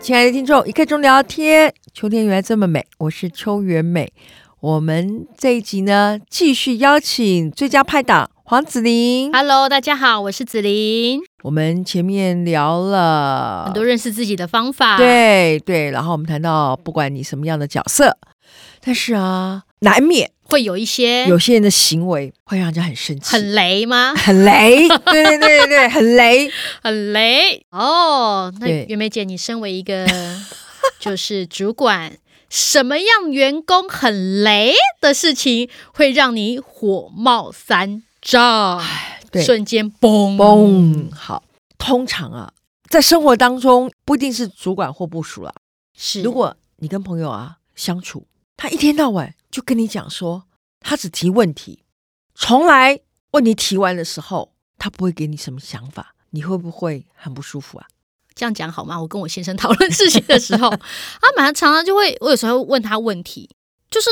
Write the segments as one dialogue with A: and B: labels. A: 亲爱的听众，一刻钟聊天，秋天原来这么美，我是秋元美。我们这一集呢，继续邀请最佳拍档黄子玲。
B: Hello，大家好，我是子琳。
A: 我们前面聊了
B: 很多啊认识自己的方法，，
A: 对对，然后我们谈到不管你什么样的角色，但是啊，难免
B: 会有一些
A: 有些人的行为会让人家很生气，？
B: 哎很雷 吗
A: 很 雷，对对对对，很雷。
B: 很雷哦。那
A: 对
B: 袁梅姐，你身为一个 就是主管，什么样员工很雷的事情会让你火冒三丈？
A: 对
B: 瞬间嘣
A: 嘣，好，通常啊，在生活当中不一定是主管或部署啦，
B: 是，
A: 如果你跟朋友啊相处，他一天到晚就跟你讲说，他只提问题，从来问题提完的时候，他不会给你什么想法，你会不会很不舒服啊？
B: 这样讲好吗？我跟我先生讨论事情的时 候，他马上常常就会，我有时候会问他问题，就是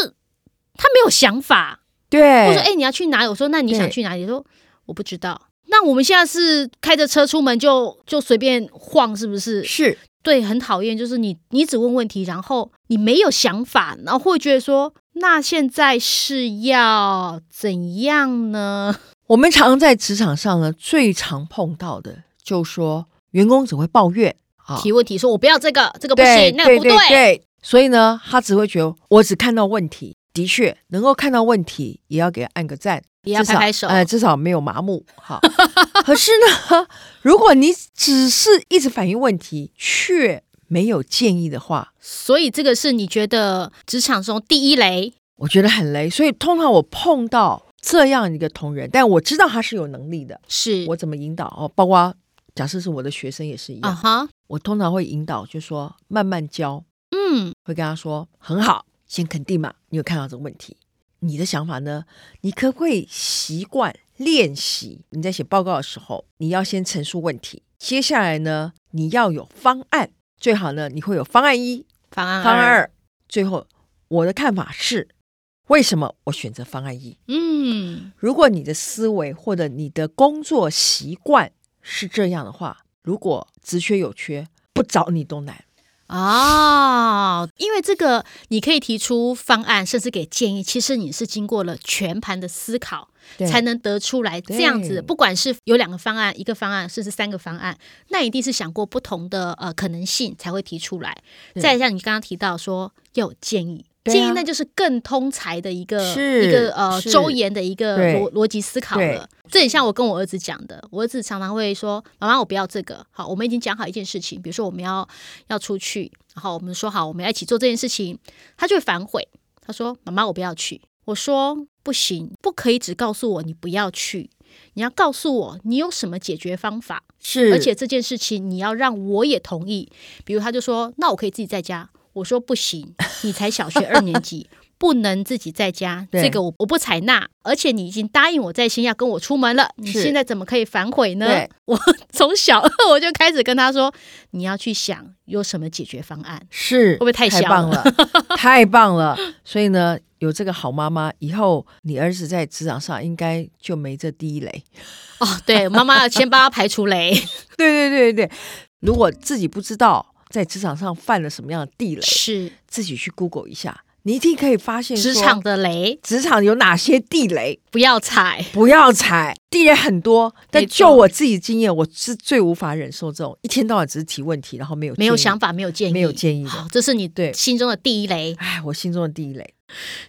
B: 他没有想法。
A: 对
B: 我说：“哎、你要去哪里？”我说：“那你想
A: 对
B: 去哪里？”他说：“我不知道。”那我们现在是开着车出门就就随便晃，是不是？
A: 是
B: 对，很讨厌，就是你你只问问题，然后你没有想法，然后会觉得说，那现在是要怎样呢？
A: 我们常常在职场上呢，最常碰到的就说员工只会抱怨啊，
B: 提问题说，我不要这个，这哦个不
A: 对
B: 行，那个不
A: 对对，所以呢，他只会觉得我只看到问题。的确，能够看到问题，也要给他按个赞，
B: 也要
A: 至
B: 拍
A: 少
B: 拍手。
A: 呃，至少没有麻木。好，可是呢，如果你只是一直反映问题，却没有建议的话，
B: 所以这个是你觉得职场中第一雷，
A: 我觉得很累。所以通常我碰到这样一个同仁，但我知道他是有能力的，
B: 是
A: 我怎么引导哦？包括假设是我的学生也是一
B: 啊
A: 样，
B: 哈，
A: 我通常会引导，就说慢慢教，
B: 嗯，
A: 会跟他说很好，先肯定嘛，你有看到这个问题，你的想法呢？你可不可以习惯练习？你在写报告的时候，你要先陈述问题，接下来呢，你要有方案，最好呢，你会有方案一、
B: 方案
A: 方案二，最后我的看法是，为什么我选择方案一？
B: 嗯，
A: 如果你的思维或者你的工作习惯是这样的话，如果职缺有缺，不找你都难。
B: 哦，因为这个你可以提出方案，甚至给建议。其实你是经过了全盘的思考，才能得出来这样
A: 对
B: 子。不管是有两个方案、一个方案，甚至三个方案，那一定是想过不同的呃可能性才会提出来。
A: 对
B: 再像你刚刚提到说要有建议。
A: 对啊
B: 建议那就是更通才的一个
A: 是
B: 一个呃
A: 是
B: 周延的一个
A: 对
B: 逻逻辑思考
A: 对
B: 了。这很像我跟我儿子讲的，我儿子常常会说：“妈妈，我不要这个。”好，我们已经讲好一件事情，比如说我们要要出去，然后我们说好我们要一起做这件事情，他就会反悔。他说：“妈妈，我不要去。”我说：“不行，不可以只告诉我你不要去，你要告诉我你有什么解决方法，
A: 是，
B: 而且这件事情你要让我也同意。”比如他就说：“那我可以自己在家。”我说：“不行，你才小学二年级。” 不能自己在家，
A: 对
B: 这个我我不采纳。而且你已经答应我在先要跟我出门了，你
A: 是
B: 现在怎么可以反悔呢？
A: 对
B: 我 从小我就开始跟他说，你要去想有什么解决方案。
A: 是，
B: 会不会太小
A: 棒了？ 太棒了！所以呢，有这个好妈妈，以后你儿子在职场上应该就没这第一雷。
B: 哦，对，妈妈要先帮他排除雷，
A: 对对对对，如果自己不知道在职场上犯了什么样的地雷，
B: 是
A: 自己去 Google 一下，你一定可以发现
B: 职
A: 说
B: 场的雷，
A: 职场有哪些地雷，
B: 不要踩。
A: 不要踩。地雷很多，但
B: 没错
A: 就我自己经验，我是最无法忍受这种一天到晚只是提问题，然后没有
B: 没有
A: 建议
B: 想。法，没有建议，
A: 没有建议的
B: 好，这是你
A: 对
B: 心中的第一雷。
A: 哎，我心中的地雷，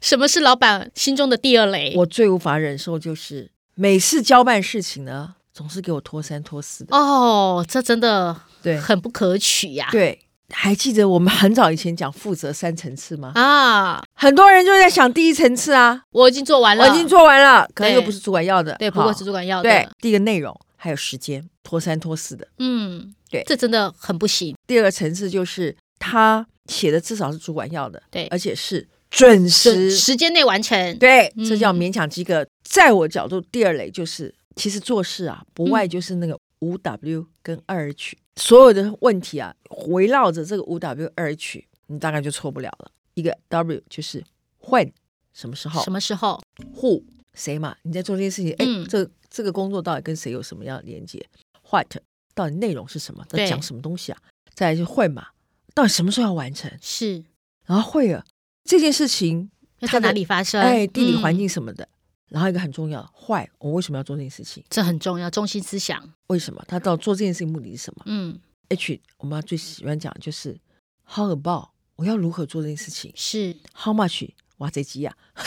B: 什么是老板心中的第二雷？
A: 我最无法忍受就是每次交办事情呢，总是给我拖三拖四的。
B: 哦，这真的
A: 对
B: 很不可取呀、
A: 对，还记得我们很早以前讲负责三层次吗？
B: 啊，
A: 很多人就在想第一层次啊，
B: 我已经做完了，
A: 我已经做完了，可能
B: 对
A: 又不是主管要的。
B: 对，不
A: 好
B: 过是主管要
A: 对
B: 的。
A: 第一个内容还有时间，拖三拖四的。
B: 嗯，
A: 对
B: 这真的很不行。
A: 第二个层次就是他写的至少是主管要的，
B: 对，
A: 而且是准
B: 准
A: 时。
B: 时间内完成。
A: 对，
B: 嗯
A: 这叫勉强及格。在我角度，第二类就是，其实做事啊，
B: 嗯
A: 不外就是那个五 W 跟二 H，、所有的问题啊，围绕着这个五 W 二 H，你大概就错不了了。一个 W 就是 when，什么时候
B: 什么时候？
A: ，who，谁嘛？你在做这件事情，哎、
B: 嗯
A: 这这个工作到底跟谁有什么样的连接？what，到底内容是什么？在
B: 对
A: 讲什么东西啊？再来就 when 嘛，到底什么时候要完成？
B: 是
A: 然后会了啊这件事情，
B: 要
A: 它
B: 在
A: 的
B: 哪里发生？
A: 哎，地理环
B: 嗯
A: 境什么的。然后一个很重要，坏，我为什么要做这件事情？
B: 这很重要，中心思想。
A: 为什么？他到底做这件事情目的是什么
B: 嗯，
A: ？H，我妈最喜欢讲的就是 how about，我要如何做这件事情
B: 是
A: ？How much？哇，这鸡呀、啊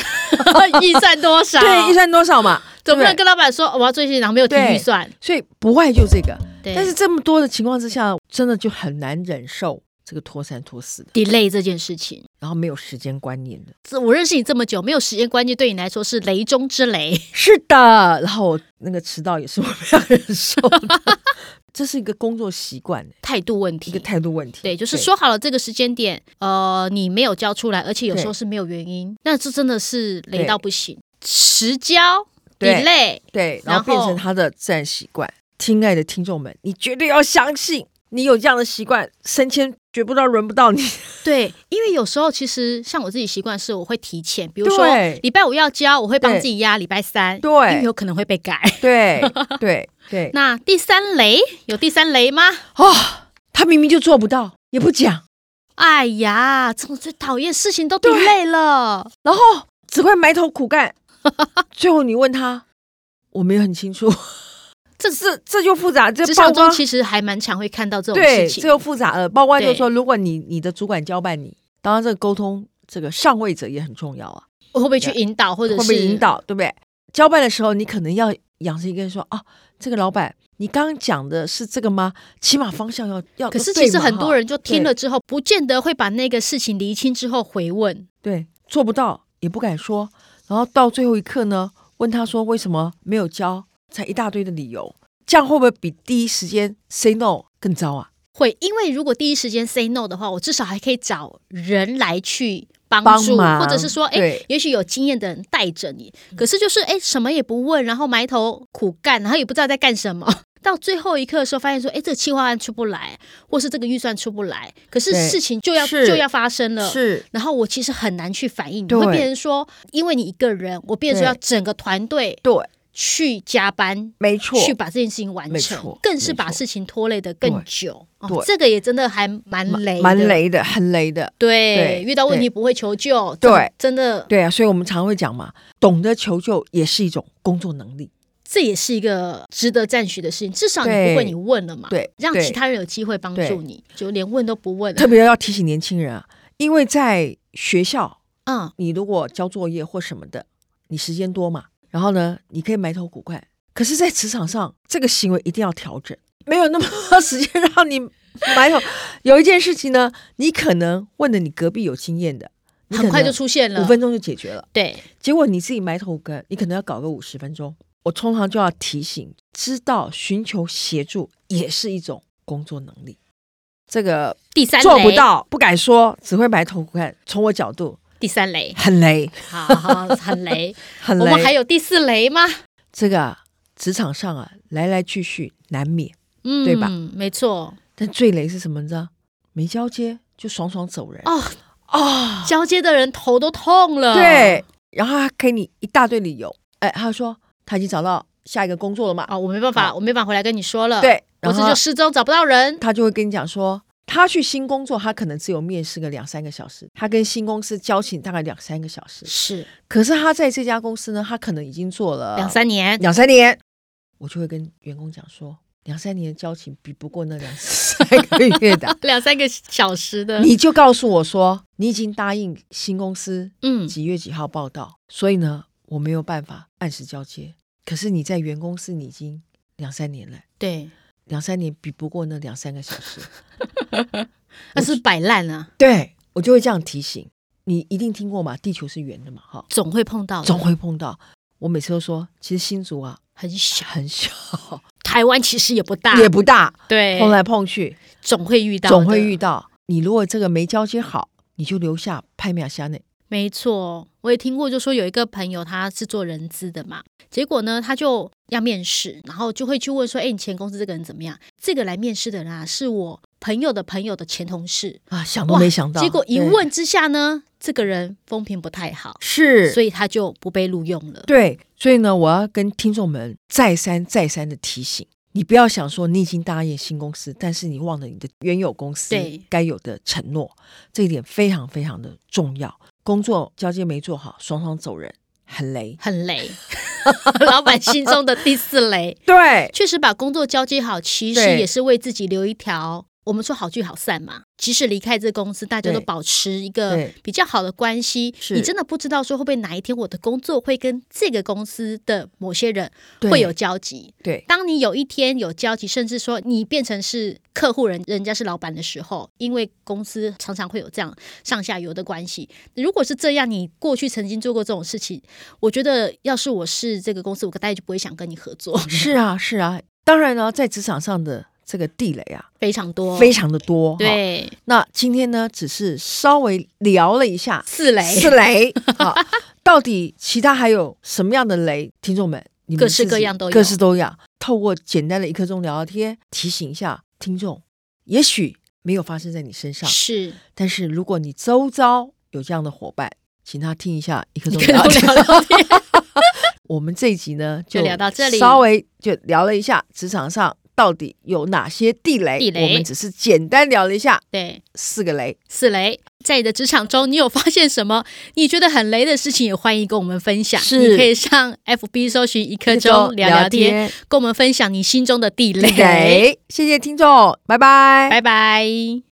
B: 预算多 少？
A: 对，预算多少嘛？
B: 总不
A: 对
B: 能
A: 不对
B: 跟老板说哦我要做一些，然后没有提
A: 对
B: 预算。
A: 所以不坏就这个，
B: 对，
A: 但是这么多的情况之下，真的就很难忍受这个拖三拖四的，
B: delay 这件事情，
A: 然后没有时间观念的。
B: 这我认识你这么久，没有时间观念，对你来说是雷中之雷。
A: 是的，然后我那个迟到也是我们要忍受的， 这是一个工作习惯，
B: 态度问
A: 一
B: 题
A: 个。态度问题。
B: 对，就是说好了这个时间点，呃，你没有交出来，而且有
A: 对
B: 时候是没有原因，那这真的是雷
A: 对
B: 到不行。迟交
A: 对
B: delay，
A: 对，然后
B: 然
A: 变
B: 后
A: 成他的自然习惯。亲爱的听众们，你绝对要相信，你有这样的习惯，升迁绝不到轮不到你。
B: 对，因为有时候其实像我自己习惯是，我会提前，比如说
A: 对
B: 礼拜五要交，我会帮
A: 对
B: 自己压礼拜三，
A: 对
B: 因为有可能会 被改。
A: 对对对，
B: 那第三雷有第三雷吗？
A: 哦，他明明就做不到，也不讲，
B: 哎呀，这种最讨厌事情都 delay 了。
A: 然后只会埋头苦 干。最后你问他，我没有很清楚， 这是这就复杂，这
B: 职
A: 曝
B: 场中
A: 光
B: 其实还蛮常会看到这种
A: 对，
B: 事
A: 这
B: 情，
A: 又复杂了。包括就是
B: 对
A: 说，如果你你的主管交办你，当然这个沟通，这个上位者也很重要啊，
B: 会不会去引导，或者
A: 会
B: 是
A: 不会引？导，对不对？交办的时候，你可能要养成一个说啊，这个老板，你刚刚讲的是这个吗？起码方向要要。
B: 可是
A: 哦对
B: 其实
A: 嘛
B: 很
A: 哈
B: 多人就听了之后，不见得会把那个事情厘清之后回问。
A: 对，做不到也不敢说，然后到最后一刻呢，问他说为什么没有交，才一大堆的理由，这样会不会比第一时间 say no 更糟啊？
B: 会，因为如果第一时间 say no 的话，我至少还可以找人来去帮
A: 帮
B: 助，
A: 忙
B: 或者是说，哎
A: 对，
B: 也许有经验的人带着你。可是就是，哎，什么也不问，然后埋头苦干，然后也不知道在干什么。 到最后一刻的时候，发现说，哎，这个企划案出不来，或是这个预算出不来，可是
A: 对
B: 事情就要
A: 是
B: 就要发生了。
A: 是，
B: 然后我其实很难去反应，你
A: 对
B: 会变成说，因为你一个人，我变成
A: 对
B: 说要整个团队
A: 对，
B: 去加班。
A: 没错，
B: 去把这件事情完
A: 没
B: 成
A: 错，
B: 更是把
A: 没错
B: 事情拖累的更久。哦
A: 对，
B: 这个也真的还蛮雷，
A: 蛮。雷的，很雷的。
B: 对
A: 对，
B: 遇到问题不会求救，
A: 对
B: 这真的，
A: 对啊，所以我们常会讲嘛，懂得求救也是一种工作能力。
B: 这也是一个值得赞许的事情。至少你
A: 对
B: 不会，你问了嘛，
A: 对
B: 让
A: 对
B: 其他人有机会帮助你，就连问都不问。
A: 特别要提醒年轻人啊，因为在学校，
B: 嗯，
A: 你如果交作业或什么的，你时间多嘛，然后呢，你可以埋头苦干。可是，在职场上，这个行为一定要调整，没有那么多 时间让你埋头。有一件事情呢，你可能问了你隔壁有经验的，你可
B: 很
A: 能
B: 快就出现了
A: 五。分钟就解决了，
B: 对，
A: 结果你自己埋头苦干，你可能要搞个五十分钟。我通常就要提醒，知道寻求协助也是一种工作能力。这个
B: 第三
A: 做不
B: 雷，
A: 到，不敢说，只会埋头苦干。从我角度，
B: 第三雷，
A: 很雷，
B: 好好很雷。
A: 很
B: 我
A: 雷。
B: 们还有第四雷吗？
A: 这个啊职场上啊，来来去去难免，
B: 嗯，
A: 对吧？
B: 没错。
A: 但最雷是什么？你知道？没交接就爽爽走人
B: 哦
A: 啊！
B: 交接的人头都痛了。
A: 对，然后他给你一大堆理由，哎，他说他已经找到下一个工作了嘛，
B: 啊、我没办法，
A: 好
B: 我没办法回来跟你说了。，
A: 对，
B: 我
A: 然
B: 这
A: 后
B: 就失踪，找不到人。
A: 他就会跟你讲说。他去新工作，他可能只有面试个两三个小时，他跟新公司交情大概两三个小时。
B: 是
A: 可是呃他在这家公司呢，他可能已经做了
B: 两三年，
A: 两三年，我就会跟员工讲说，两三年的交情比不过那两三个月 的，
B: 两三个小时的，
A: 你就告诉我说，你已经答应新公司
B: 嗯，
A: 几月几号报道，所以呢，我没有办法按时交接。可是你在原公司你已经两三年了，
B: 对，
A: 两三年比不过那两三个小时，
B: 那是摆烂啊，
A: 对我就会这样提醒你，一定听过嘛，地球是圆的嘛，哈，
B: 总会碰到的，
A: 总会碰到。我每次都说，其实新竹啊
B: 很小。
A: 很小，
B: 台湾其实也不大，
A: 也不大，
B: 对，
A: 碰来碰去，
B: 总会遇到，
A: 总会遇，到。你如果这个没交接好，你就留下拍秒下内。
B: 没错。我也听过，就说有一个朋友他是做人资的嘛，结果呢，他就要面试，然后就会去问说，哎，你前公司这个人怎么样？这个来面试的人啊，是我朋友的朋友的前同事，
A: 啊，想
B: 哇
A: 都没想到。
B: 结果一
A: 对
B: 问之下呢，这个人风评不太好，
A: 是，
B: 所以他就不被录用了。
A: 对，所以呢，我要跟听众们再三再三的提醒，你不要想说你已经答应新公司，但是你忘了你的原有公司
B: 对
A: 该有的承诺，这一点非常非常的重要。工作交接没做好，爽爽走人，很雷。
B: 很雷， 老板心中的第四雷。
A: 对，
B: 确实把工作交接好，其实
A: 对
B: 也是为自己留一条。我们说好聚好散嘛，即使离开这公司，大家
A: 对
B: 都保持一个
A: 对
B: 比较好的关系。
A: 是
B: 你真的不知道说会不会哪一天我的工作会跟这个公司的某些人
A: 对
B: 会有交集。
A: 对
B: 当你有一天有交集，甚至说你变成是客户人，人家是老板的时候，因为公司常常会有这样上下游的关系。如果是这样，你过去曾经做过这种事情，我觉得要是我是这个公司，我大概就不会想跟你合作，
A: 是啊，是啊。当然呢，在职场上的这个地雷啊，
B: 非常多，
A: 非常的多。哈，
B: 对
A: 那今天呢，只是稍微聊了一下
B: 四雷，
A: 是 雷好，到底其他还有什么样的雷？听众们，你们
B: 各式
A: 自己
B: 各样都有
A: 各式都样。透过简单的一刻钟聊聊天，提醒一下听众，也许没有发生在你身上，
B: 是
A: 但是如果你周遭有这样的伙伴，请他听一下一刻 钟
B: 跟
A: 聊
B: 我
A: 聊天。
B: 聊聊天，
A: 我们这一集呢，
B: 就聊到这里
A: 稍微就聊了一下职场上到底有哪些地雷。
B: 地雷
A: 我们只是简单聊了一下
B: 对。
A: 四个雷。
B: 四雷，在你的职场中，你有发现什么你觉得很雷的事情，也欢迎跟我们分享。
A: 是
B: 你可以上 FB 搜寻一刻
A: 一刻钟
B: 钟聊聊
A: 聊
B: 天
A: 天，
B: 跟我们分享你心中的地
A: 地
B: 雷。
A: 雷，谢谢听众，拜拜
B: 拜拜。